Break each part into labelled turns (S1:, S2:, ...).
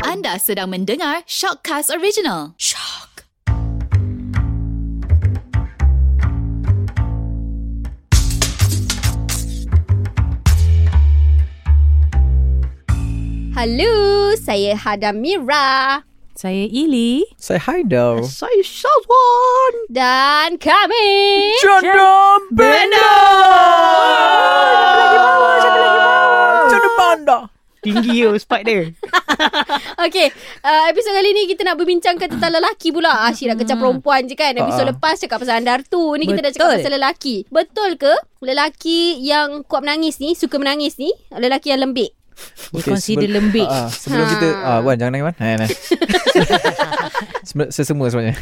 S1: Anda sedang mendengar Shockcast Original. Shock.
S2: Hello, saya Hada Mira
S3: Saya Ili.
S4: Say hi though.
S5: Saya Syazwan
S2: dan kami
S4: Condom Benda. Condom Benda.
S5: Tinggi tu spike dia
S2: Okay, uh, episod kali ni kita nak berbincangkan tentang lelaki pula Ah, Asyik nak kecam perempuan je kan Episod
S4: Ha-ha.
S2: lepas cakap pasal andar tu Ni kita dah cakap
S3: Hmm. Ah. Betul.
S2: pasal lelaki Betul ke lelaki yang kuat menangis ni Suka menangis ni Lelaki yang lembik
S3: Okay, consider
S4: sebelum-
S3: lembik.
S4: Ah, ah, sebelum
S2: Ha.
S4: kita ah, Wan jangan nangis Wan. Ha, nah. Sebe- Sesemua sebenarnya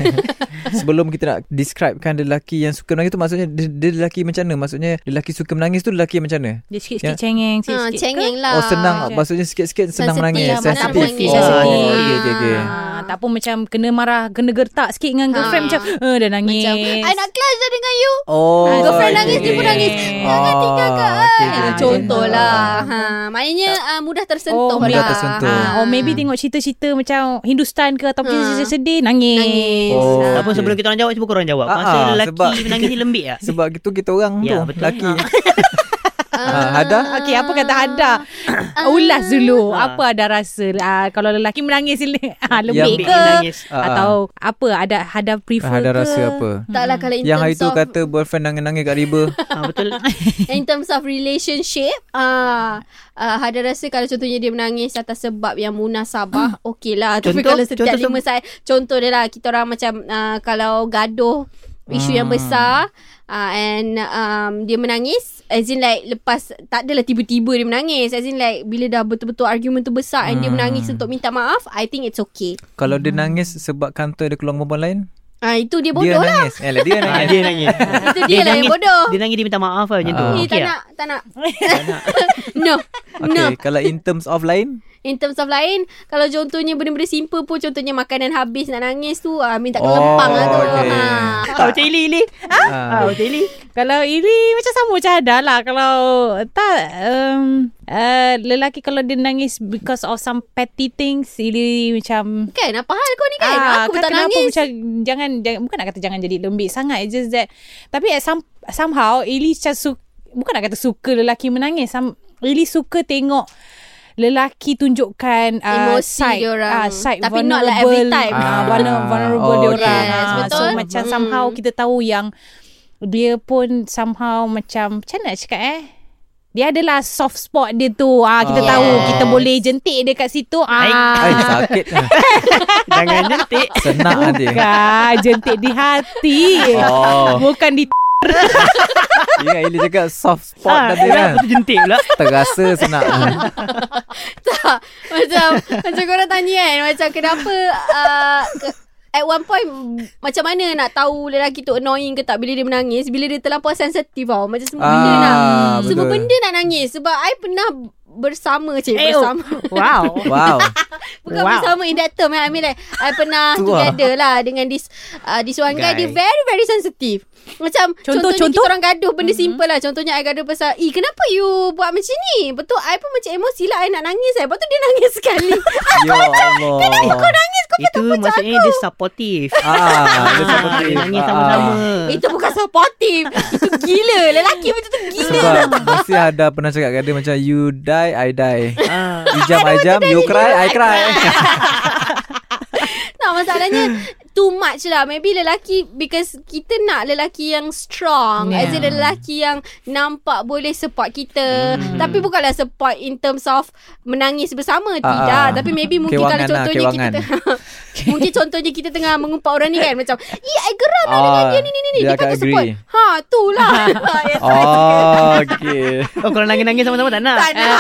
S4: Sebelum kita nak Describekan lelaki yang suka menangis tu Maksudnya dia, dia lelaki macam mana Maksudnya lelaki suka menangis tu Lelaki yang macam mana
S3: Dia sikit-sikit
S4: Ya.
S3: cengeng,
S2: ha,
S3: sikit-sikit. ke?
S2: Cengeng lah
S4: Oh senang Maksudnya sikit-sikit Senang
S2: Sensitif.
S4: menangis
S2: Ya,
S3: Tak
S2: sensitif.
S3: pun
S2: menangis.
S3: tak
S4: Oh,
S3: sedih.
S4: okay, okay, okay.
S2: Ya.
S3: Ah, tak pun macam kena marah, kena gertak sikit dengan girlfriend macam, eh, dah nangis.
S2: Ha. Macam I nak clash dah dengan you
S4: Oh
S2: oh, Girlfriend
S4: okay,
S2: nangis Dia pun
S4: okay.
S2: nangis Jangan
S3: Oh,
S4: Ah,
S2: tinggalkan
S4: okay,
S2: okay,
S4: okay,
S2: Contoh
S4: okay.
S2: lah ha, Maknanya uh, mudah tersentuh
S3: Oh,
S2: lah
S3: mudah
S4: tersentuh.
S3: Ah, or maybe tengok cerita-cerita macam Hindustan ke ataupun
S2: Ah.
S3: cerita-cerita sedih, nangis.
S2: Nangis
S4: Oh,
S2: Ah.
S5: Tak pun sebelum kita orang jawab Cuba korang jawab
S4: Ah,
S5: Masa
S4: ah,
S5: lelaki
S4: sebab-
S5: menangis ni lembik lah
S4: Sebab itu kita orang
S5: Ya,
S4: tu
S5: betul.
S4: Lelaki Ah,
S5: Ah.
S4: Hada?
S3: Okey, apa kata Hada? Ulas dulu.
S5: Ah.
S3: Apa ada rasa ah, kalau lelaki menangis ni ah,
S5: Lembik
S3: lembik
S5: ni
S3: ke?
S5: nangis
S4: Ah, ah.
S3: Atau apa ada Hada prefer
S4: Hada
S3: ke?
S4: rasa apa
S2: Taklah kalau in
S4: Yang hari
S2: terms
S4: tu
S2: of
S4: kata boyfriend nangis-nangis kat riba.
S5: ah, Betul
S2: In terms of relationship ah, ah Hada rasa kalau contohnya dia menangis Atas sebab yang munasabah Okey lah Tapi
S5: Contoh?
S2: kalau setiap
S5: Contoh
S2: lima saat Contoh dia lah Kita orang macam ah, Kalau gaduh Isu yang besar uh, And um, Dia menangis As in like Lepas Tak adalah tiba-tiba dia menangis As in like Bila dah betul-betul argument tu besar And dia menangis untuk minta maaf I think it's okay
S4: Kalau dia nangis sebab kantor dia keluar dengan perempuan lain,
S2: Ah Itu dia
S4: dia
S2: bodoh lah
S4: nangis. Eh, lah, dia
S5: ah,
S4: nangis.
S5: Dia nangis
S2: Itu dia, lah yang
S5: nangis-
S2: bodoh
S5: Dia nangis dia minta maaf lah macam tu
S4: Ah.
S2: Ni
S5: Okey
S2: tak
S5: tak?
S2: nak Tak nak No No
S4: Okay, kalau in terms of lain,
S2: In terms of lain Kalau contohnya benda-benda simple pun Contohnya makanan habis nak nangis tu ah, Minta
S4: Oh,
S2: kelempang lah tu
S4: okay.
S2: ha.
S5: Ah, Macam Ili Ili ah,
S4: ah,
S5: Macam Ili
S3: Kalau ini macam sama macam ada lah Kalau tak um, uh, Lelaki kalau dia nangis because of some petty things Ili macam
S2: Kan apa hal kau ni kan ah, Aku
S3: kau
S2: tak
S3: kenapa
S2: nangis
S3: macam jangan, jangan bukan nak kata jangan jadi lembik sangat it's just that tapi at some, somehow Ili macam su- bukan nak kata suka lelaki menangis some, Ili suka tengok lelaki tunjukkan uh,
S2: Emosi
S3: side
S2: diorang.
S3: uh, side
S2: Tapi
S3: vulnerable
S2: not like every time.
S3: uh,
S4: Ah,
S3: vulnerable
S4: oh,
S3: diorang
S2: okay. Yes,
S3: Ah, so
S2: betul.
S3: macam
S2: Hmm.
S3: somehow kita tahu yang dia pun somehow macam macam mana nak cakap eh dia adalah soft spot dia tu ah kita
S2: Ah.
S3: tahu
S2: Yes.
S3: kita boleh jentik dia kat situ
S4: Ay,
S3: ah
S4: sakit.
S5: Jangan jentik
S4: Senak nanti.
S3: Bukan Jentik di hati
S4: Oh,
S3: Bukan di
S4: ingat Ili Ya, cakap soft spot
S5: Ah,
S4: tadi kan.
S5: Kenapa tu jentik pula
S4: Terasa senak.
S2: tak Macam Macam korang tanya kan Macam kenapa ah, ke- At one point Macam mana nak tahu Lelaki tu annoying ke tak Bila dia menangis Bila dia terlampau sensitif tau Macam semua benda
S4: Ah,
S2: nak Semua
S4: betul.
S2: benda nak nangis Sebab I pernah Bersama cik
S3: Eh, oh.
S2: Bersama
S3: Wow
S4: Wow.
S2: Bukan wow.
S3: Wow.
S2: bersama in that term eh. I mean like I pernah
S4: Tu lah.
S2: together lah Dengan this uh, This one guy.
S5: Guy.
S2: Dia very very sensitive Macam Contoh,
S3: Contoh,
S2: contohnya
S3: contoh?
S2: kita orang gaduh Benda mm-hmm. simple lah Contohnya I gaduh pasal Eh kenapa you buat macam ni Betul I pun macam emosi lah I nak nangis eh. Lepas tu dia nangis sekali
S4: Ya Allah.
S2: Kenapa kau nangis Kau
S5: Itu maksudnya dia supportive
S4: Ah, dia
S5: Ah,
S4: seperti-
S5: dia nangis
S4: ah,
S5: sama-sama
S2: Itu bukan supportive Itu gila Lelaki macam tu gila
S4: Sebab mesti ada pernah cakap kat dia macam you die I die.
S5: Ah.
S4: You jump I jump, you cry I cry.
S2: Tak masalahnya Too much lah Maybe lelaki Because kita nak lelaki yang strong yeah.
S3: Yeah.
S2: As in lelaki yang Nampak boleh support kita mm.
S4: Hmm.
S2: Tapi bukanlah support In terms of Menangis bersama
S4: Ah,
S2: Tidak
S4: ah.
S2: Tapi maybe mungkin
S4: Kewangan
S2: Kalau
S4: lah,
S2: contohnya kita
S4: kewangan.
S2: tengah, Mungkin contohnya kita tengah Mengumpat orang ni kan Macam Eh I geram lah
S4: Ah,
S2: dengan dia ni ni ni
S4: dia
S2: Dia,
S4: akan
S2: kata support
S4: agree.
S2: Ha tu lah Yes, I suka.
S4: Oh, okay.
S5: Oh kalau nangis-nangis sama-sama tak nak
S2: Tak nak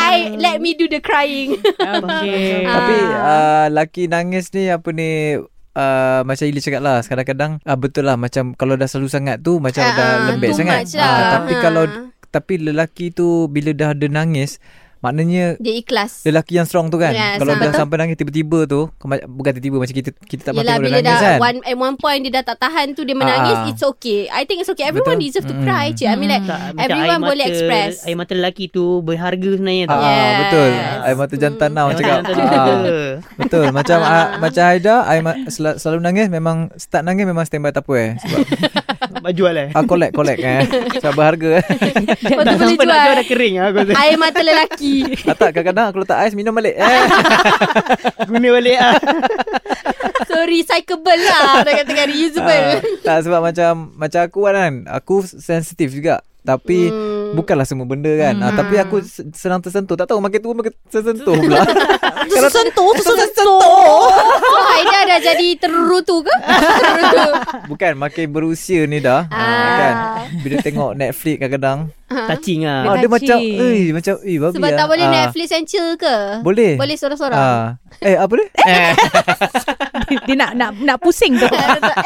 S2: I let me do the crying
S5: Ah,
S3: Okay
S2: Ah.
S4: Tapi uh, laki nangis ni apa ni uh, macam Ili cakap lah kadang-kadang uh, betul lah macam kalau dah selalu sangat tu macam
S2: Ah,
S4: dah
S2: ah,
S4: lembek
S2: too
S4: sangat.
S2: much lah.
S4: tapi
S2: Ah.
S4: kalau tapi lelaki tu bila dah ada nangis Maknanya
S2: Dia ikhlas.
S4: lelaki yang strong tu kan.
S2: Yes,
S4: kalau
S2: ah.
S4: dah
S2: Betul.
S4: sampai nangis tiba-tiba tu, kema- bukan tiba-tiba macam kita kita tak
S2: Yelah
S4: patut
S2: bila
S4: boleh
S2: dah
S4: nangis kan.
S2: one, At one point Dia dah tak tahan tu Dia menangis
S4: Ah.
S2: It's okay I think it's okay Everyone
S4: Betul.
S2: deserve to
S4: Mm.
S2: cry je I mean like
S5: Tak, macam
S2: Everyone
S5: air
S2: boleh
S5: mata-
S2: express.
S5: Air mata lelaki tu berharga sebenarnya
S4: Ah,
S5: tau.
S2: Yes.
S4: betul. Air mata jantan now
S5: Jangan
S4: cakap.
S5: tak
S4: Ah,
S5: ada.
S4: betul. Macam ah, macam Haida, I ma- sel- selalu nangis memang start nangis memang standby tapue sebab
S5: Nak jual eh.
S4: ah, collect collect eh. Sebab berharga.
S2: Lepas tu
S5: Tak
S2: boleh
S5: sampai nak
S2: jual
S5: jual dah kering lah. Aku rasa.
S2: Air mata lelaki
S4: ah, tak kadang-kadang aku letak ais minum balik. Eh.
S5: Guna balik lah.
S2: So recyclable lah Orang katakan reusable
S4: Ah, tak sebab macam macam aku kan aku sensitif juga tapi hmm. bukanlah semua benda kan hmm. tapi aku se- senang tersentuh tak tahu makin tua makin tersentuh pula
S1: Tersentuh,
S4: tersentuh
S2: So Haida dah jadi terutu ke? Terutu
S4: bukan makin berusia ni dah ah.
S2: Ah.
S4: kan bila tengok Netflix kadang-kadang
S5: Touching lah.
S4: ah, dia
S3: kacik.
S4: macam eh macam eh babi
S2: Sebab
S4: ah.
S2: tak boleh
S4: Ah,
S2: Netflix and chill ke?
S4: boleh
S2: Boleh sorang-sorang
S4: ah. eh apa dia eh.
S3: dia, dia nak nak nak pusing
S2: Eh,
S3: tu.
S2: macam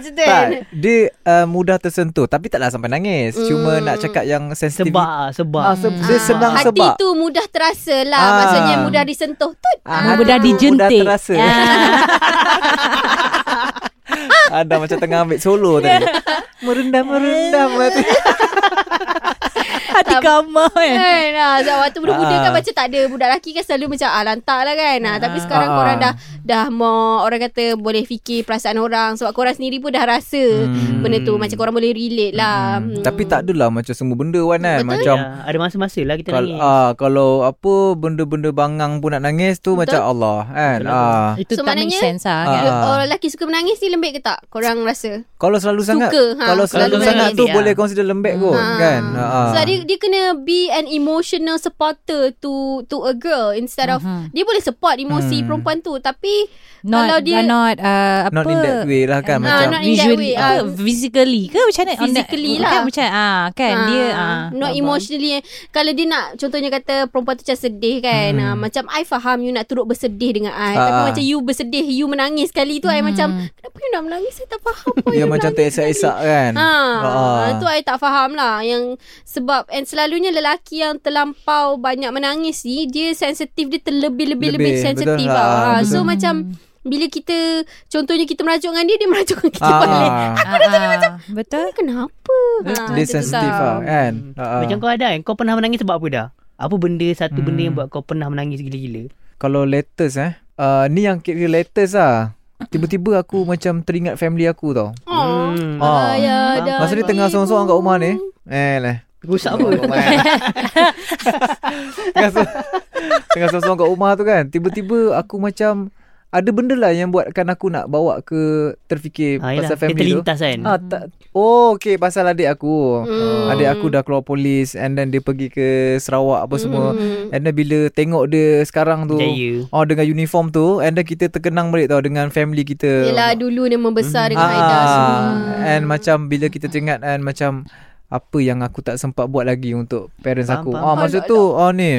S2: tu kan?
S4: tak dia uh, mudah tersentuh tapi taklah sampai nangis cuma nak cakap yang sensitif
S5: Sebab lah. Sebab.
S4: ah, se- dia senang
S2: Hmm. Hati
S4: sebab
S2: tu mudah terasa lah
S4: Ah.
S2: Maksudnya mudah disentuh Tut
S4: Ah,
S3: Mudah
S4: tu Mudah
S3: dijentik.
S4: Ah. terasa Ada macam tengah ambil solo
S2: Ya.
S4: tadi Merendam-merendam hati.
S3: Hati kamu kan.
S2: Kan ah, sebab Waktu budak-budak kan
S4: Ah.
S2: Macam tak ada Budak lelaki kan selalu macam ah, Lantak lah kan ah, Tapi sekarang
S4: Ah.
S2: korang dah Dah more Orang kata Boleh fikir perasaan orang Sebab korang sendiri pun dah rasa
S4: Hmm.
S2: Benda tu Macam korang boleh relate lah
S4: Hmm, Tapi tak adalah macam semua benda Wan kan
S2: Betul.
S4: Macam
S5: Ya, ada masa-masa lah kita
S4: kalau,
S5: nangis.
S4: ah, kalau apa benda-benda bangang pun nak nangis tu
S2: Betul.
S4: macam Allah kan.
S5: Betul.
S4: Ah,
S3: Itu
S2: So,
S3: tak make
S2: maknanya-
S3: sense lah kan.
S4: Ah.
S2: Dia- Orang lelaki suka menangis ni lembek ke tak? Korang rasa?
S4: kalau selalu
S2: Suka,
S4: sangat
S2: ha.
S4: kalau
S2: Kalau
S4: selalu
S2: lembek,
S4: sangat tu
S3: lembek, ah.
S4: boleh consider lembek kot
S2: Ah.
S4: kan. Ah.
S2: So dia, dia kena be an emotional supporter to to a girl instead of
S3: Mhm.
S2: dia boleh support emosi
S4: Hmm.
S2: perempuan tu tapi
S3: Not,
S2: Kalau dia-
S3: not uh, apa
S4: Not in that way lah kan
S3: Ah,
S2: Ha,
S4: macam.
S2: not in that
S3: visually
S2: way, ah.
S3: apa physically ke macam mana On that-
S2: Physically lah.
S3: kan, macam ah kan
S2: Ah,
S3: dia ah
S2: Not emotionally Kalau dia nak Contohnya kata Perempuan tu macam sedih kan
S4: Hmm.
S2: hmm. ah, Macam I faham You nak turut bersedih dengan I Tapi
S4: Ah.
S2: macam you bersedih You menangis sekali tu I macam Kenapa you nak menangis Saya tak faham pun you
S4: dia macam
S2: menangis
S4: teresak-esak kan.
S2: Ha,
S4: Ah.
S2: ah. tu I tak faham lah yang sebab and selalunya lelaki yang terlampau banyak menangis ni dia sensitif dia terlebih-lebih lebih
S4: Lebih,
S2: sensitif
S4: betul.
S2: lah.
S4: Ah,
S2: Ha, so
S4: betul.
S2: macam bila kita contohnya kita merajuk dengan dia dia merajuk dengan kita
S4: Ah, Hmm.
S2: balik.
S3: aku dah jadi macam ah. betul
S2: Ni kenapa? Ha,
S4: Dia
S2: tu
S4: sensitif
S2: tau.
S4: lah kan. Ah.
S5: Macam kau ada kan Kau pernah menangis sebab apa dah Apa benda Satu benda yang
S4: Hmm.
S5: buat kau pernah menangis gila-gila
S4: Kalau latest eh uh, Ni yang kira latest lah Tiba-tiba aku macam teringat family aku tau
S2: Oh.
S5: Hmm.
S4: Ah.
S2: Ayah
S5: Faham.
S2: dan
S4: Masa ni tengah
S2: ibu.
S4: sorang-sorang kat rumah ni Eh lah
S5: Rusak apa
S4: kan? Tengah, so- tengah sorang-sorang kat rumah tu kan Tiba-tiba aku macam Ada benda lah yang buatkan aku nak bawa ke Terfikir
S5: ha, yelah,
S4: pasal
S5: Dia
S4: family tu
S5: terlintas kan
S4: Ah, tak, oh okay pasal adik aku
S2: Hmm.
S4: Adik aku dah keluar polis And then dia pergi ke Sarawak apa semua
S2: Hmm.
S4: And then bila tengok dia sekarang tu
S5: Jaya
S4: Oh dengan uniform tu And then kita terkenang balik tau Dengan family kita
S2: Yelah dulu dia
S5: Mhm.
S2: membesar dengan
S4: Ah,
S2: Aida semua.
S4: And macam bila kita teringat And macam Apa yang aku tak sempat buat lagi Untuk parents
S5: Faham,
S4: aku
S5: faham.
S4: Ah Masa tu Oh ni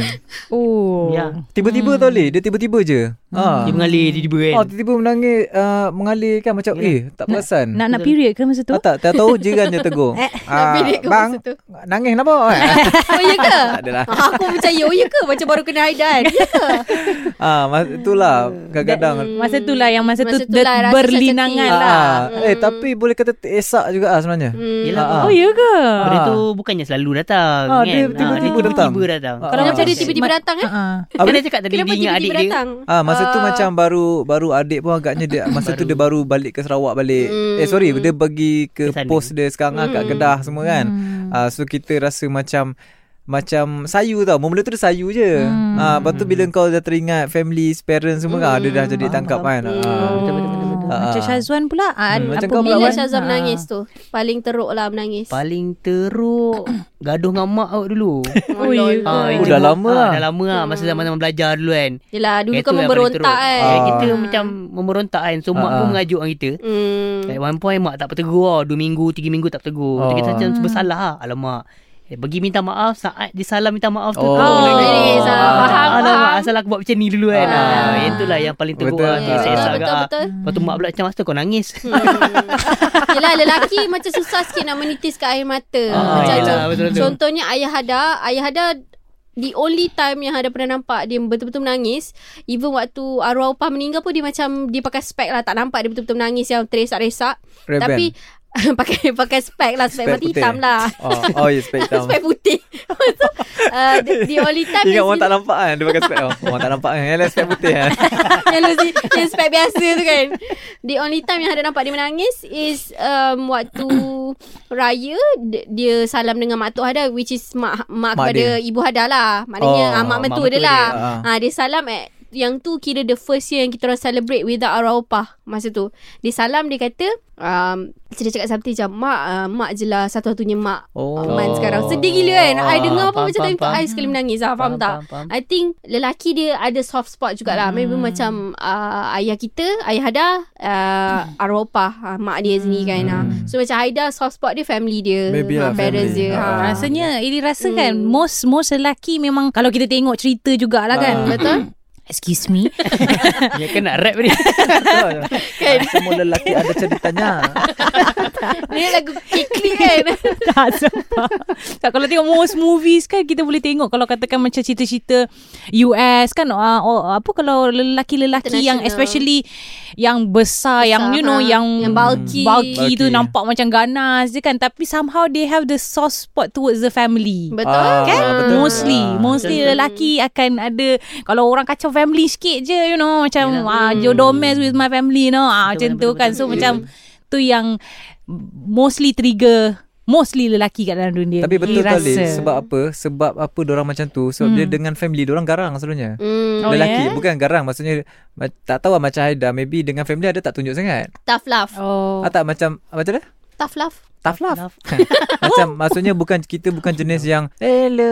S3: oh
S5: Ya
S4: Tiba-tiba tau Lee Dia tiba-tiba je ah.
S5: Dia mengalir tiba-tiba kan
S4: Oh tiba-tiba menangis uh, Mengalir kan Macam eh tak perasan
S3: nak nak period ke masa tu
S2: Hmm.
S4: Ah, tak, tak tahu je kan dia tegur ah,
S2: period ke
S4: Bang
S2: masa tu?
S4: Nangis kenapa
S2: Oh ya ke?
S4: Tak adalah
S2: Ah, aku macam yo ya ke macam baru kena Aida kan. Ya ke? Hmm.
S4: ah, mas- Itulah Kadang-kadang
S3: masa tu lah yang masa,
S2: Masa
S3: tu,
S2: tu
S3: the-
S2: lah rasa
S3: berlinangan
S2: sensitif.
S3: lah
S4: ah, Eh tapi boleh kata Esak juga lah sebenarnya
S2: Hmm.
S5: Yelah
S4: Ah, ah.
S5: ah,
S3: oh ya ke
S5: Benda tu bukannya selalu datang
S4: Ah,
S5: kan?
S4: dia
S5: Ah,
S4: tiba-tiba
S5: dia
S4: datang.
S5: tiba-tiba datang.
S4: Ah,
S5: Kalau
S2: Kalau
S4: ah.
S2: macam dia tiba-tiba datang eh.
S3: Ah.
S5: Kan dia cakap tadi dia
S2: Kenapa
S5: ingat adik
S2: tiba-tiba
S5: dia
S2: datang?
S4: Ah masa tu
S2: Ah.
S4: macam baru baru adik pun agaknya dia masa tu dia baru balik ke Sarawak balik. Mm. Eh
S2: Hmm.
S4: sorry dia pergi ke
S5: Ke sana.
S4: pos dia sekarang mm. kat Kedah semua kan.
S2: Hmm.
S4: Ah so kita rasa macam macam sayu tau. Mula tu dia sayu je.
S2: Hmm.
S4: Mm. Ah lepas tu bila kau dah teringat family, parents semua kan ah, dia dah
S2: Hmm.
S4: jadi tangkap kan. Ah.
S3: Oh, macam Syazwan pula ah,
S4: Hmm.
S3: apa
S4: Macam kau pula,
S2: Bila
S4: Wan?
S2: Syazam
S3: Ah.
S2: menangis tu Paling teruk lah menangis
S5: Paling teruk Gaduh dengan mak awak dulu
S3: oh ya ke
S4: Oh,
S5: Ah, itu-
S4: dah lama
S5: ah,
S4: lah.
S5: Dah lama lah Masa zaman-zaman belajar dulu kan
S2: Yelah Hmm. dulu kan
S5: Itu yang paling
S2: memberontak
S5: teruk.
S2: kan
S5: Ah,
S4: Ah.
S5: Kita macam memberontak kan So mak
S4: Ah,
S5: pun
S4: ah.
S5: mengajuk dengan kita
S2: Hmm.
S5: At one point mak tak bertegur lah Dua minggu, tiga minggu tak bertegur oh.
S4: Oh.
S2: Hmm.
S5: Kita macam bersalah lah Alamak Eh, pergi minta maaf Saat dia salam minta maaf tu
S4: Oh.
S5: kau
S2: Yes, ah, faham,
S5: Alamak
S2: faham.
S5: asal aku buat macam ni dulu kan
S4: Ah.
S5: ah. Yang tu lah yang paling teruk
S4: Betul,
S5: lah
S4: betul,
S5: Saya
S2: betul,
S5: esak
S2: betul,
S5: agak.
S2: betul.
S5: Lepas tu mak pula macam Masa kau nangis
S2: Hmm. Yelah lelaki macam susah sikit Nak menitiskan air mata Ya,
S5: Ah,
S2: Macam
S5: yelah,
S2: con-
S5: betul-betul.
S2: Contohnya ayah hada Ayah hada the only time yang ada pernah nampak dia betul-betul menangis even waktu arwah upah meninggal pun dia macam dia pakai spek lah tak nampak dia betul-betul menangis yang teresak-resak
S4: Ray-Ban.
S2: tapi pakai pakai spek lah spek,
S4: Spek
S2: mati
S4: putih.
S2: hitam lah
S4: Oh, oh ya spek hitam.
S2: spek putih so, uh, the, the only time is
S4: Ingat orang
S2: bila-
S4: tak nampak kan Dia pakai spek oh, Orang tak nampak kan Yalah spek putih kan
S2: yang Lucy Yang spek biasa tu kan The only time yang ada nampak dia menangis Is um, waktu Raya di- Dia salam dengan Mak Tok Hada Which is mak, mak,
S4: Mak
S2: kepada Ibu Hada lah Maknanya
S4: Oh,
S2: oh, Mak
S4: mak
S2: mentua
S4: mentua
S2: dia
S4: dia,
S2: lah
S4: ah.
S2: dia, ha, dia salam at yang tu kira the first year yang kita orang celebrate without arwah opah masa tu. Dia salam dia kata um, dia cakap something macam mak uh, mak je lah satu-satunya mak
S4: Oh.
S2: Man sekarang. Sedih gila kan. I
S5: Ah,
S2: dengar apa
S5: faham,
S2: macam
S5: faham,
S2: time tu
S5: faham.
S2: I sekali menangis lah. Faham,
S5: Faham,
S2: tak?
S5: faham, faham.
S2: I think lelaki dia ada soft spot jugalah. Hmm. Maybe macam uh, ayah kita, ayah Haida, uh, arwah opah, uh, mak dia sendiri kan. Hmm. So macam Haida soft spot dia family dia.
S4: Maybe
S2: ha,
S4: lah,
S2: parents dia.
S4: family. Ah,
S2: ha.
S3: Rasanya Ili rasa kan Most most lelaki memang Kalau kita tengok cerita jugalah kan
S4: Ah.
S2: lah Betul?
S3: Excuse me
S5: Ya kan nak rap ni
S4: Betul.
S2: Kan?
S4: Semua lelaki ada ceritanya
S2: Dia lagu kikli kan.
S3: Tak sebab tak, Kalau tengok most movies kan Kita boleh tengok Kalau katakan macam cerita-cerita US kan uh, oh, Apa kalau lelaki-lelaki Yang
S2: International.
S3: especially Yang besar, Yang you know
S2: ha.
S3: Yang,
S2: yang bulky.
S3: bulky tu
S4: Bulky.
S3: Nampak macam ganas je kan Tapi somehow They have the soft spot Towards the family
S2: Betul?
S3: Kan
S4: Ah, betul.
S3: Mostly
S4: Ah.
S3: Mostly lelaki akan ada Kalau orang kacau family sikit je You know Macam ah,
S4: Hmm.
S3: You're domest with my family you know ah, Macam
S5: Betul, betul,
S3: tu kan
S5: betul.
S3: So
S5: Ya,
S3: macam Tu yang Mostly trigger Mostly lelaki kat dalam dunia
S4: Tapi betul
S3: Dia
S4: tak Lin
S3: rasa.
S4: Sebab apa Sebab apa Diorang macam tu Sebab dia dengan family Diorang garang selalunya
S2: Hmm,
S3: Oh,
S4: Lelaki
S3: yeah?
S4: Bukan garang Maksudnya ma- Tak tahu lah macam Haida Maybe dengan family Ada tak tunjuk sangat
S2: tough love.
S3: Oh
S4: Ah, tak macam Macam mana
S2: Tough love.
S4: Tough love Macam maksudnya bukan Kita bukan jenis yang Hello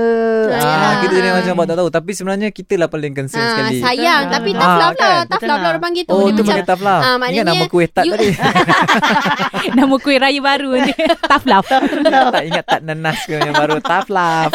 S2: yalah.
S4: ah, Kita jenis macam buat tak tahu Tapi sebenarnya Kita lah paling concern
S2: Ha,
S4: sekali
S2: sayang
S5: Betul
S2: tapi
S5: lah.
S2: tough
S4: Ah,
S2: love lah.
S4: kan?
S2: Tough
S5: Betul
S2: love lah
S5: lah.
S2: orang panggil tu.
S4: Oh
S2: Dia
S4: tu
S2: macam
S4: pakai tough love
S2: Ah,
S4: Ingat
S2: maknanya
S4: nama kuih tat
S2: you-
S4: tadi
S3: Nama kuih raya baru ni Tough love
S4: Tak ingat tat nanas ke Yang baru tough love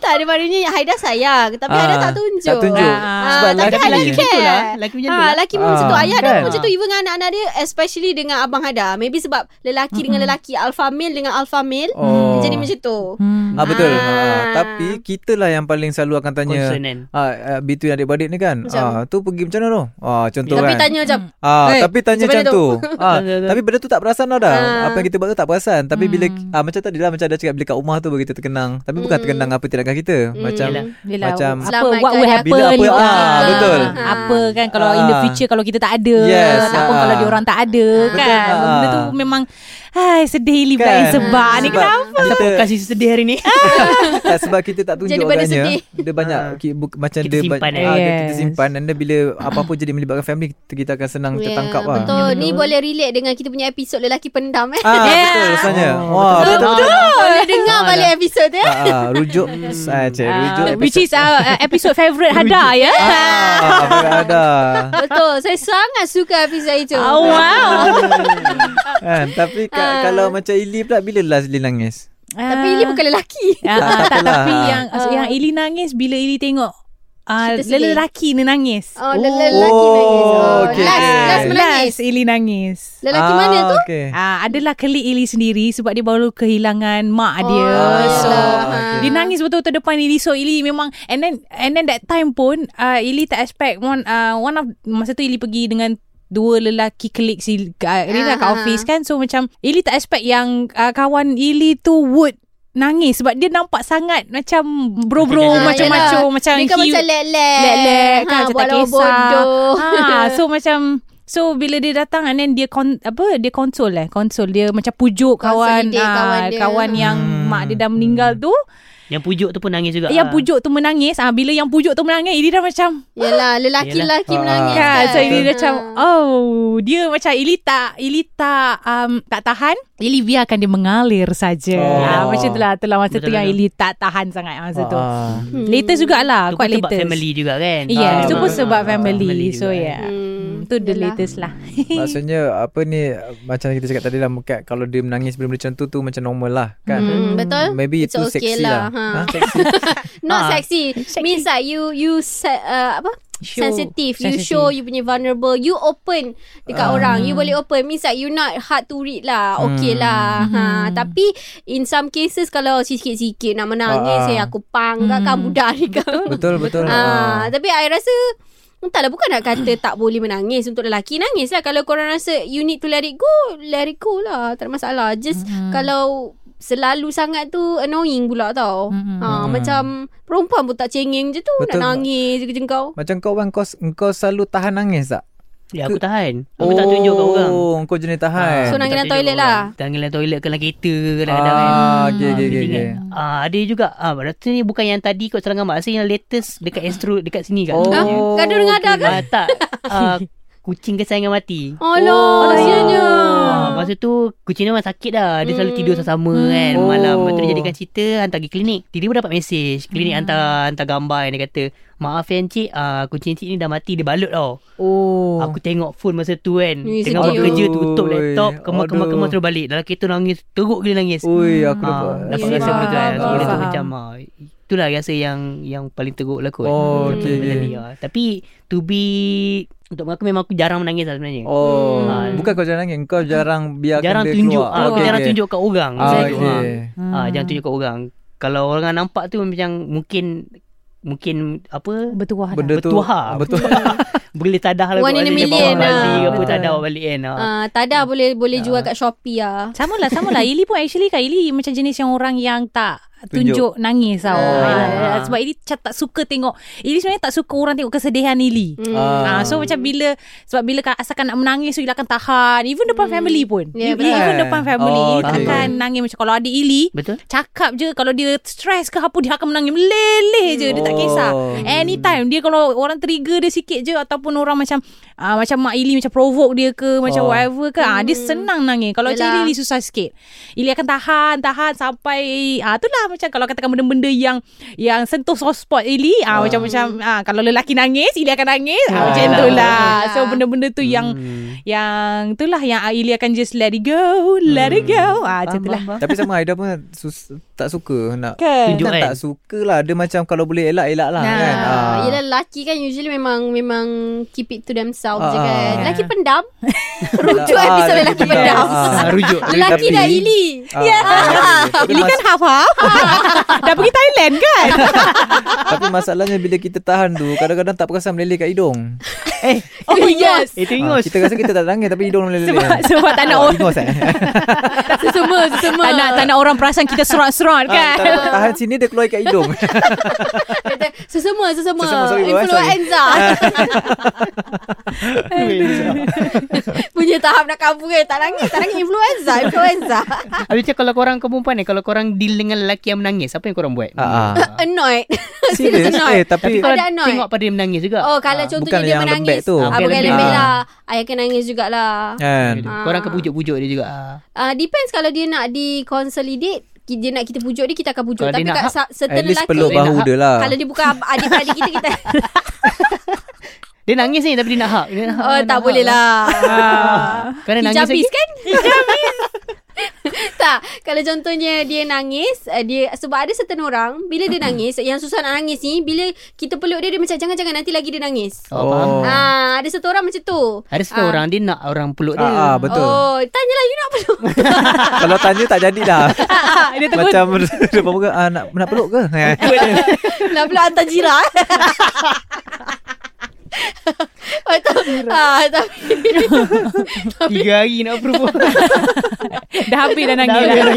S2: Tak ada maknanya Haida sayang Tapi Haida
S4: Ah,
S2: tak tunjuk
S4: tak tunjuk.
S2: Ah,
S4: Sebab
S2: Tapi
S4: lelaki-
S2: Haida
S4: lelaki
S5: macam tu
S2: care
S5: lah. Lelaki macam tu
S2: Ah,
S5: lah.
S2: Lelaki pun macam tu
S4: Ah,
S2: Ayah Haida pun
S4: kan?
S2: macam tu Even dengan anak-anak dia Especially dengan abang Haida Maybe sebab Lelaki dengan lelaki Alpha male dengan alpha male
S4: Oh.
S2: Jadi macam tu
S3: hmm.
S4: Ah betul.
S2: Ah.
S4: Ah. tapi kita lah yang paling selalu akan tanya
S5: Concern kan?
S4: ah, ah between adik-beradik ni kan.
S2: Macam?
S4: ah tu pergi macam mana tu? Ah contoh
S2: Tapi
S4: kan.
S2: tanya macam
S4: ah
S2: "Eh,
S4: tapi tanya
S2: macam
S4: macam
S2: mana
S4: tu. ah
S5: Betul, betul.
S4: tapi benda tu tak perasan tau dah.
S2: Ah. Hmm.
S4: Apa yang kita buat tu tak perasan. Tapi bila ah macam tadi lah macam ada cakap bila kat rumah tu baru kita terkenang. Tapi bukan terkenang apa tindakan kita.
S2: Hmm, mm,
S4: Macam kan?
S5: Yelah.
S3: Yelah,
S4: Macam
S3: lah, apa,
S2: Selamatkan
S3: What will
S2: dia.
S3: happen
S4: Bila apa-
S3: you
S4: ah,
S3: know.
S4: betul.
S3: Apa kan Kalau in the
S4: Ah.
S3: future Kalau kita tak ada
S4: Yes,
S3: Apa
S4: ah.
S3: kalau diorang tak ada
S4: Betul,
S3: kan
S4: ah.
S3: Benda tu memang Hai sedih Libat
S4: Kan?
S3: kan. sebab ni
S4: sebab
S3: kenapa
S4: Kita,
S5: Kasih sedih hari ni
S4: tak, sebab kita tak tunjuk
S2: Jadi pada
S4: agaknya.
S2: sedih.
S4: Dia banyak
S5: Ah.
S4: ki, bu, macam
S5: Kita
S4: dia
S5: simpan,
S4: ba-
S5: eh?
S4: ah, dia- kita
S3: Yes.
S4: simpan dan dia bila apa-apa jadi melibatkan family kita, kita akan senang
S2: Ya,
S4: tertangkap lah.
S2: Betul Ni boleh relate Dengan kita punya episod Lelaki pendam eh
S4: Ah
S3: Yeah.
S4: betul rasanya.
S5: Oh,
S4: Wah
S5: betul.
S4: betul.
S2: Boleh dengar balik episod tu eh
S4: Ah, ah, rujuk
S2: Hmm.
S4: ah, cik, rujuk
S3: Uh, which is uh, episode favourite Hada ya.
S4: Ah, berat ada.
S2: Betul Saya sangat suka episod itu
S3: Oh wow.
S4: Kan, tapi ka-
S2: Ah.
S4: kalau macam Ili pula bila last Ili nangis?
S2: Tapi ini bukan lelaki
S4: Tak,
S3: Ah,
S4: tak
S3: tak,
S4: apalah.
S3: tapi yang yang Ili nangis bila Ili tengok ah
S2: Cerita sedih.
S3: lelaki ni nangis.
S2: Oh, le- lelaki
S4: Oh,
S2: menangis. Oh,
S4: okay.
S2: Last, last menangis.
S3: Last Ili nangis.
S2: Lelaki mana tu?
S4: Okay.
S3: Ah adalah kelik Ili sendiri sebab dia baru kehilangan mak dia.
S2: Oh,
S3: So
S2: yelah.
S4: Ah, okay.
S3: Dia nangis betul-betul depan Ili So Ili memang And then And then that time pun uh, Ili tak expect one, uh, one of Masa tu Ili pergi dengan Dua lelaki klik si uh, Ili lah kat
S2: Ah, ah,
S3: office kan So macam Ili tak expect yang uh, Kawan Ili tu would Nangis Sebab dia nampak sangat Macam Bro-bro
S5: Ah,
S3: Macam
S2: yelah.
S3: macho Macam
S2: Dia kan
S3: he-
S2: macam lelek
S3: Lelek kan
S2: ha,
S3: Macam
S2: buat
S3: tak
S2: lawa
S3: kisah
S2: bodoh
S3: ha, So macam So bila dia datang And then dia kon, Apa Dia konsol eh Konsol dia Macam pujuk kawan
S2: Consolidate kawan
S3: ah,
S2: dia.
S3: kawan yang
S4: Hmm.
S3: Mak dia dah meninggal tu
S5: Yang pujuk tu pun nangis juga Ah.
S3: yang pujuk tu menangis ah bila yang pujuk tu menangis Ili dah macam
S2: Yelah lelaki-lelaki
S4: Yelah.
S2: menangis
S4: Ah,
S3: kan so Ili
S4: betul.
S3: dah macam oh dia macam Ili tak Ili tak um, tak tahan Ili biarkan dia mengalir saja
S4: Oh.
S3: oh. ah, macam tu lah tu lah masa tu
S5: Betul,
S3: yang
S5: betul.
S3: Ili tak tahan sangat masa tu
S4: Ah,
S2: Hmm.
S3: latest jugalah
S5: Tu pun
S3: kuat
S5: sebab
S3: Ah, latest
S5: family juga kan
S3: yeah
S4: Ah,
S3: tu pun
S4: betul.
S3: sebab
S4: Ah,
S5: family
S3: family
S5: juga,
S3: so
S5: eh.
S3: yeah
S2: Hmm,
S3: tu the
S2: yelah.
S3: latest lah
S4: Maksudnya apa ni Macam kita cakap tadi lah Mekat, Kalau dia menangis Benda macam tu tu Macam normal lah Kan
S2: Hmm, betul?
S4: Maybe
S2: It's
S4: itu
S2: okay
S4: seksi
S2: lah.
S4: lah,
S2: Ha.
S4: Ha, seksi.
S2: Not
S5: Ah.
S2: sexy. Means that you you se- uh, apa?
S3: Show.
S2: sensitive. You
S3: Sensitive. Ah.
S2: show you punya vulnerable. You open dekat orang. You boleh open. Means like you not hard to read lah. Okay
S3: Hmm.
S2: lah. Ha. Tapi in some cases kalau sikit-sikit nak menangis.
S4: Ah.
S2: saya aku
S3: Hmm.
S2: panggang kan budak ni kan.
S4: Betul betul.
S2: Ah, tapi I rasa Entahlah bukan nak kata tak boleh menangis Untuk lelaki nangis lah Kalau korang rasa you need to let it go Let it go lah Tak ada masalah Just mm-hmm. kalau selalu sangat tu annoying pula tau
S3: Hmm. Ah,
S2: mm-hmm. ha,
S4: Mm-mm.
S2: Macam perempuan pun tak cengeng je tu Betul.
S4: Betul.
S2: Nak nangis je kerja kau
S4: Macam kau bang kau, kau selalu tahan nangis tak?
S5: Ya aku tahan Aku tak tunjuk kat orang
S4: Oh, kau jenis
S2: So,
S4: tahan.
S5: aku
S2: nangis dalam
S5: tak tunjuk
S2: toilet
S5: kat
S2: lah.
S5: orang. Nangis dalam toilet ke dalam kereta ke kadang-kadang kan
S4: ah, okey okey
S5: Dia
S4: okey.
S5: ingat,
S4: Okay.
S5: ah, ada juga ah, Rata ni bukan yang tadi kot serangan mak Saya yang latest dekat Astro Dekat sini kan
S4: Oh.
S2: ha? Gaduh dengan ada ke?
S5: ah, Tak ah, Kucing kesayangan mati
S2: Alah
S4: Oh.
S2: kasihannya
S5: Ah, masa tu kucing dia memang sakit dah. Dia selalu
S2: Hmm.
S5: tidur sama-sama kan
S4: Oh.
S5: malam. Lepas tu dia jadikan cerita hantar pergi klinik. Tiba-tiba dapat mesej. Klinik hantar hantar gambar yang dia kata, "Maaf ya encik, ah, kucing encik ni dah mati dia balut tau."
S4: Oh.
S5: Aku tengok phone masa tu kan.
S2: Ih,
S5: Tengah buat
S2: sedih.
S5: kerja tutup
S4: Aduh.
S5: laptop, kemas-kemas-kemas
S4: Aduh.
S5: terus balik. Dalam kereta nangis, teruk gila nangis.
S4: Ui, aku dapat.
S5: Ah,
S2: Ya,
S5: dapat rasa macam tu kan.
S2: faham,
S5: Rasa
S3: faham.
S5: macam ah, itulah rasa yang yang paling teruk lah kot.
S4: Oh, okey
S5: Benda
S4: okey.
S5: ni, ah. Tapi to be untuk aku memang aku jarang menangis lah sebenarnya.
S4: Oh,
S5: Hmm.
S4: bukan kau jarang nangis, kau jarang biarkan
S5: jarang
S4: dia
S5: tunjuk
S4: keluar.
S5: ah, aku
S4: Okey,
S5: jarang
S4: okey.
S5: tunjuk kat orang
S4: Ah,
S5: Macam tu,
S4: okey.
S5: ah.
S3: Mm-hmm.
S5: ah jangan tunjuk kat orang kalau orang yang nampak tu macam mungkin mungkin apa
S3: Bertuah
S4: Benda tu
S5: Bertuah.
S4: Betul.
S5: boleh tadah lah
S2: One
S5: kot.
S2: in a
S5: Dia
S2: million
S5: bawa
S2: lah.
S5: balik ke apa
S3: Betul.
S5: tadah bawa balik kan ah.
S2: Ah, Tada boleh boleh jual kat Shopee lah
S3: Sama lah, sama lah. Ili pun actually Kak Ili macam jenis yang orang yang tak tunjuk, nangis tau.
S2: Ah,
S5: yelah.
S3: Ah, sebab Ili macam tak suka tengok. Ili sebenarnya tak suka orang tengok kesedihan Ili.
S2: Hmm.
S4: Ah.
S3: Ah, so macam bila sebab bila ka- asalkan nak menangis so Ili akan tahan even depan
S2: Hmm.
S3: family pun.
S2: Ya,
S3: Yeah,
S2: betul.
S3: even depan family
S4: Oh,
S3: oh,
S5: okay.
S3: akan nangis macam kalau adik Ili
S5: betul
S3: cakap je kalau dia stress ke apa dia akan menangis meleleh je dia tak kisah. Eh.
S4: Oh.
S3: Anytime dia kalau orang trigger dia sikit je ataupun orang macam uh, macam mak Ili macam provoke dia ke macam
S4: Oh.
S3: whatever ke ah dia senang nangis. Kalau macam
S2: Yelah.
S3: Ili Ili susah sikit. Ili akan tahan tahan sampai ah itulah macam kalau katakan benda-benda yang yang sentuh soft spot Ili ah macam macam ah kalau lelaki nangis Ili akan nangis ah,
S5: Ah,
S3: macam
S5: yelah.
S3: itulah. So
S2: Yelah.
S3: benda-benda tu yang
S5: Hmm.
S3: yang itulah yang ah, Ili akan just let it go, let it go. Ah
S5: lah.
S3: macam itulah.
S4: Tapi sama Aida pun sus, tak suka nak
S3: Kan?
S5: Tunjuk,
S4: Bukan
S5: kan?
S4: tak suka lah Dia macam kalau boleh elak-elak lah
S3: Nah,
S4: kan Ah.
S2: Ah. Yelah lelaki kan usually memang memang keep it to themselves ah. je
S4: Ah.
S2: kan. Lelaki pendam.
S4: Rujuk
S2: episod lelaki pendam.
S5: Ah, rujuk
S2: Lelaki
S4: Tapi-
S2: dah ili.
S4: Ya
S3: Ili kan half-half Dah pergi Thailand kan
S4: Tapi masalahnya bila kita tahan tu Kadang-kadang tak perasan meleleh kat hidung
S2: Oh yes.
S5: itu
S4: Ah,
S5: ingus
S4: Kita rasa kita tak nangis Tapi hidung meleleh
S3: Sebab sebab tak nak
S4: Oh,
S3: orang
S4: Ingus eh
S2: Sesama sesama.
S3: tak nak, tak nak orang perasan kita
S4: Ah, tak
S3: serat-serat kan
S4: dapat Tahan sini dia keluar kat hidung
S2: Kata, sesama sesama.
S4: Sesama, sorry, bro,
S2: Influenza.
S4: Ah.
S2: Punya tahap nak kabur kan. Tak nangis, tak nangis influenza, influenza.
S5: habis macam kalau korang perempuan ni kalau korang deal dengan lelaki yang menangis apa yang korang buat
S4: Ah, ah.
S2: Annoyed.
S4: Serius Eh
S5: tapi
S4: tapi
S5: kalau
S2: Ada annoyed.
S5: tengok pada dia menangis juga
S2: Oh kalau
S5: Ah,
S2: contohnya
S4: bukan
S2: dia
S4: yang lembek
S2: menangis.
S4: tu.
S2: Ah,
S5: Bukan
S2: bukan
S5: lembek.
S2: lembek
S4: Ah.
S2: lah. I akan nangis jugalah.
S4: Kan
S2: Ah.
S5: korang akan pujuk-pujuk dia juga ah.
S2: Uh, depends kalau dia nak di-consolidate, ki- dia nak kita pujuk dia, kita akan pujuk.
S5: Kalau
S2: Tapi
S5: dia nak
S2: kat
S5: hak,
S2: sa-
S4: At
S2: certain
S4: least
S2: lelaki, ha,
S4: peluk
S5: Kalau dia
S4: bahu
S5: nak-
S4: dia lah
S2: kalau dia bukan ab- adik-adik kita, kita
S5: dia nangis ni tapi dia nak hak Dia nak hak,
S2: Oh
S5: dia nak
S2: tak
S5: hak.
S2: boleh lah
S4: Ah.
S5: Kerana nangis
S2: Hijabis
S5: lagi.
S2: kan Hijabis Tak Kalau contohnya Dia nangis uh, dia Sebab ada certain orang Bila dia nangis Yang susah nak nangis ni Bila kita peluk dia Dia macam jangan-jangan Nanti lagi dia nangis
S5: Oh, faham.
S2: oh. ah, Ada satu orang macam tu
S5: Ada satu
S2: Ah.
S5: orang dia nak orang peluk dia.
S4: Ah, ah, betul.
S2: Oh Tanyalah you nak peluk
S4: Kalau tanya tak jadi dah. Macam depan muka ah, nak nak peluk ke? Eh.
S2: Nak peluk hantar jira Oh, tak- ah, tapi
S5: Tiga hari nak approve.
S3: Dah habis dah nangis dah.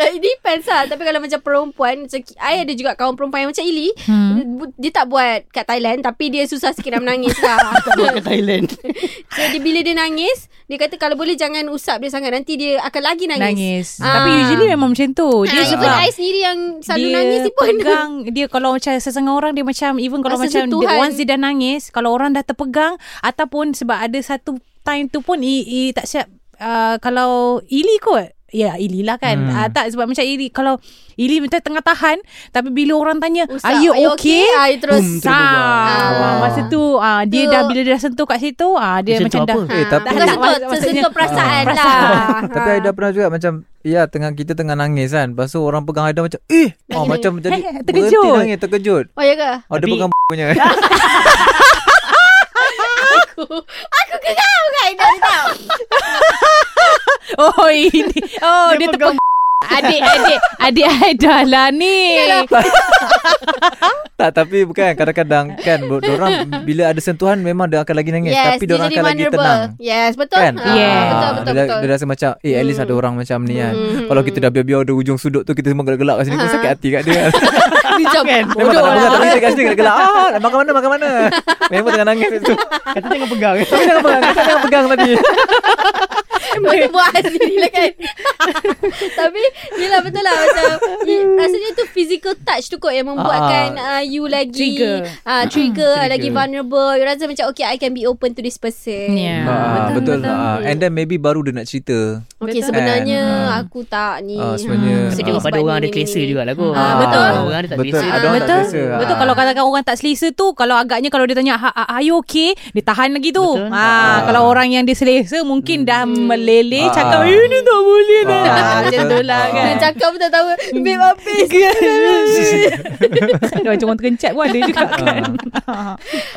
S2: Like, it depends lah Tapi kalau macam perempuan Macam I ada juga kawan perempuan yang macam Ili hmm. Dia tak buat kat Thailand Tapi dia susah sikit nak menangis lah
S5: Ke Thailand.
S2: So dia, bila dia nangis Dia kata kalau boleh jangan usap dia sangat Nanti dia akan lagi nangis
S3: Nangis
S2: Ah.
S3: Tapi usually memang macam tu Dia
S2: Ah, even
S3: sebab
S2: I sendiri yang selalu
S3: dia
S2: nangis ni pun
S3: pegang Dia kalau macam Sesengah orang dia macam Even kalau
S2: Rasa
S3: macam dia,
S2: sentuhan.
S3: Once dia dah nangis Kalau orang dah terpegang Ataupun sebab ada satu Time tu pun I, I tak siap uh, ah, Kalau Ili kot Ya Ili lah kan
S4: Hmm.
S3: hmm. ah, Tak sebab macam Ili Kalau Ili macam tengah tahan Tapi bila orang tanya
S2: Ustaz,
S3: Are you
S2: are you
S3: okay?
S2: okay? Ah, dia terus,
S4: Hmm,
S5: Boom,
S3: ah,
S2: Ah.
S3: Masa tu ah, Dia
S2: Tu-
S3: dah Bila dia dah sentuh kat situ ah, Dia
S5: Macam tu
S3: macam dah
S5: apa?
S4: Eh, tapi-
S3: Dah tak
S2: tersentuh,
S3: maksud-
S2: tersentuh
S3: maksudnya-
S2: perasaan
S3: Ah,
S2: lah.
S4: Tapi Aida pernah juga macam Ya tengah kita tengah nangis kan Lepas tu orang pegang Aida macam Eh oh,
S2: Nangis.
S4: Macam jadi
S3: Eh, terkejut.
S4: Berhenti nangis terkejut
S2: Oh ya ke?
S4: Oh dia
S5: Tapi-
S4: pegang punya
S2: Aku geram kan Aida ni tau.
S3: Oh ini Oh
S5: Dia
S3: dia, dia terpegang Adik adik Adik Aida lah ni
S4: Tak tapi bukan Kadang-kadang kan Orang bila ada sentuhan Memang dia akan lagi nangis
S2: Yes,
S4: Tapi
S2: dia
S4: dia orang
S2: jadi
S4: akan lagi
S2: vulnerable.
S4: tenang
S2: Yes, betul.
S4: Kan
S2: Ah, Betul,
S3: Yeah.
S4: Ah,
S2: betul,
S4: dia,
S2: betul.
S4: dia rasa macam Eh at least ada orang macam ni kan
S2: Hmm.
S4: Kalau kita dah biar-biar Ada ujung sudut tu Kita semua gelak-gelak kat sini Kau
S2: Ha.
S4: sakit hati kat dia kan
S2: Dia macam
S5: Kan?
S4: Memang tak
S2: bodoh
S4: nak pegang Tapi
S2: lah.
S4: kita kat sini gelak-gelak Ah nak makan mana makan mana Memang tengah nangis Kan kat situ
S5: Kata jangan pegang
S4: Tapi jangan pegang Kata jangan pegang tadi
S2: Ya, Boleh buat sendiri lah kan Tapi Yelah betul lah Macam i- Rasanya tu physical touch tu kot Yang membuatkan uh, You lagi
S3: Trigger.
S2: uh, Trigger,
S4: Trigger.
S2: Lagi vulnerable You rasa macam Okay I can be open to this person
S3: Ya.
S4: Ah, Betul
S3: Betul,
S4: ah. And then maybe baru dia nak cerita
S2: Okay
S3: Betul.
S2: sebenarnya
S4: And, ah.
S2: Aku tak ni
S4: Ah, sebenarnya,
S5: Rasa
S4: Ah.
S5: juga
S2: sebab
S5: pada
S2: ni,
S5: orang
S2: ni,
S5: ada
S2: ni,
S5: klesa
S2: ni.
S5: juga lah kot
S2: Ah, betul.
S5: Orang ada tak
S4: Betul.
S5: klesa
S4: Ada orang tak
S3: betul.
S4: selesa. Ah.
S3: Betul. Kalau kadang-kadang orang tak selesa tu, kalau agaknya kalau dia tanya, "Ha- "Are you okay?" Dia tahan lagi tu.
S5: Betul. Ah. Hmm.
S3: Ha, kalau orang yang dia selesa mungkin dah meleleh
S4: Ah.
S3: cakap, "Ini tak boleh lah."
S4: Ah,
S3: Ha, macam
S4: betul.
S3: tu lah
S4: Ah.
S3: kan.
S2: Nak cakap pun tak tahu Babe habis
S3: Dia macam orang terkencat pun ada juga kan.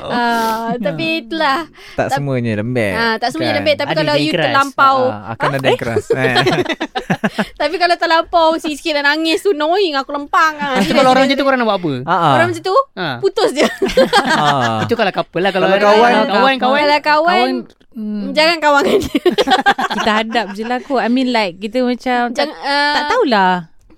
S2: Ah, Tapi itulah
S4: Tak semuanya lembek
S2: Ah, Tak semuanya
S4: kan?
S2: lembek Tapi
S5: Ada
S2: kalau
S5: yang
S2: you
S5: keras.
S2: terlampau
S4: Ah, Akan ada yang keras Eh.
S2: Tapi kalau terlampau Sikit-sikit dah nangis tu Knowing aku lempang ah.
S5: Itu kalau orang macam tu korang nak buat apa?
S4: Ah, ah.
S2: Orang macam tu
S5: Ha.
S2: Putus je
S4: Ah.
S5: Itu kalau couple lah Kalau
S4: Kalau kawan-
S5: Kawan kawan
S2: Kalau kawan,
S3: Hmm,
S2: Jangan kawan dengan dia
S3: kita hadap je lah kot. I mean like kita macam tak,
S2: Jangan, uh,
S3: tak tahulah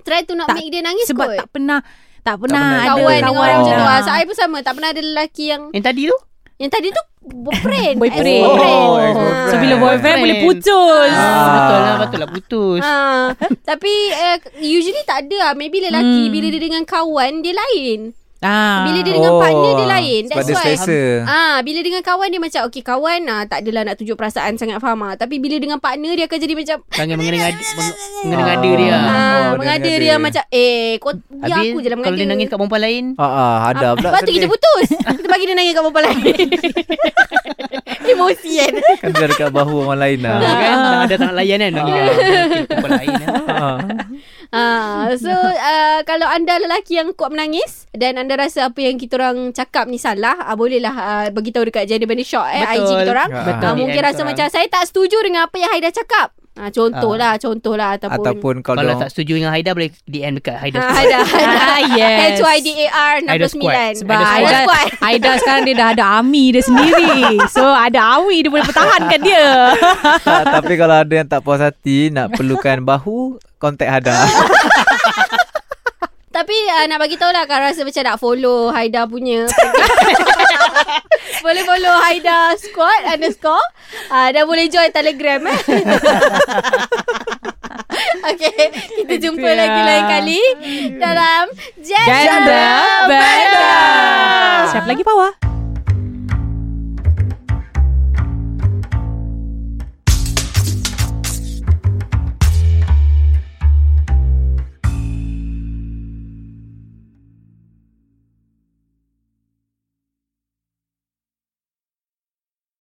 S2: Try to not
S3: Tak-
S2: make dia nangis
S3: sebab
S2: kot
S3: tak pernah tak pernah
S4: pernah
S3: ada
S2: Kawan
S4: Kawan
S2: dengan orang macam tu
S4: lah.
S2: ah. Saya pun sama Tak pernah ada lelaki yang
S5: Yang tadi tu
S2: Yang tadi tu Boyfriend
S3: Boyfriend.
S2: Ex-boyfriend.
S4: Oh,
S2: Ah.
S4: ex-boyfriend.
S3: So bila boyfriend
S5: Friend.
S3: boleh putus.
S5: ah. Betul lah Betul lah putus
S2: Ah, Tapi uh, Usually tak ada lah Maybe lelaki Bila dia dengan kawan Dia lain
S3: Hmm. Ah.
S2: Bila dia dengan
S4: Oh,
S2: partner Dia lain
S4: sebab
S2: That's
S4: dia
S2: why
S4: selesa.
S2: Ah, bila dengan kawan dia macam Okay kawan ah, tak adalah nak tunjuk perasaan sangat faham ah. Tapi bila dengan partner dia akan jadi macam
S5: Tanya mengenai ada Mengenai ada dia
S4: Ah.
S2: Ah,
S4: Oh, dia
S2: mengada
S4: mengada.
S2: dia macam Eh kau biar
S5: Habis
S2: aku je lah mengada
S5: kalau dia nangis kat perempuan lain
S4: Ah, ah, ada pula.
S2: Lepas tu kita putus Kita bagi dia nangis kat perempuan lain Emosi kan
S4: Kan dia dekat bahu orang lain lah.
S5: ah, kan? Tak ada tak nak layan kan Nangis kat perempuan lain ah.
S4: Ah.
S2: ah, So uh, Kalau anda lelaki yang kuat menangis Dan anda rasa apa yang kita orang cakap ni salah ah, Bolehlah uh, beritahu dekat Jenny Bunny Shop eh, IG kita orang
S4: Ah.
S5: Betul
S2: ah, Mungkin
S5: DM
S2: rasa
S5: korang.
S2: macam Saya tak setuju dengan apa yang Haida cakap ah, Contohlah Contohlah Ataupun,
S4: Ataupun kalau,
S5: Kalau
S4: kalau
S5: tak setuju dengan Haida Boleh DM dekat Haida
S2: ah, Haida
S3: Ah, yes.
S2: H-Y-D-A-R 69
S5: Haida squad.
S3: Sebab
S5: Ada
S2: Haida
S3: Aida,
S2: squad.
S3: Aida sekarang dia dah ada army dia sendiri. So ada Awi dia boleh pertahankan dia.
S4: tak, tapi kalau ada yang tak puas hati nak perlukan bahu, kontak Hada.
S2: Tapi uh, nak bagi tahu lah kan rasa macam nak follow Haida punya. boleh follow Haida squad underscore. Uh, dan boleh join telegram eh. okay. Kita jumpa
S3: Itu
S2: lagi
S3: dia.
S2: lain kali dalam Gender,
S3: Gender
S2: Bender.
S3: Siapa lagi bawah?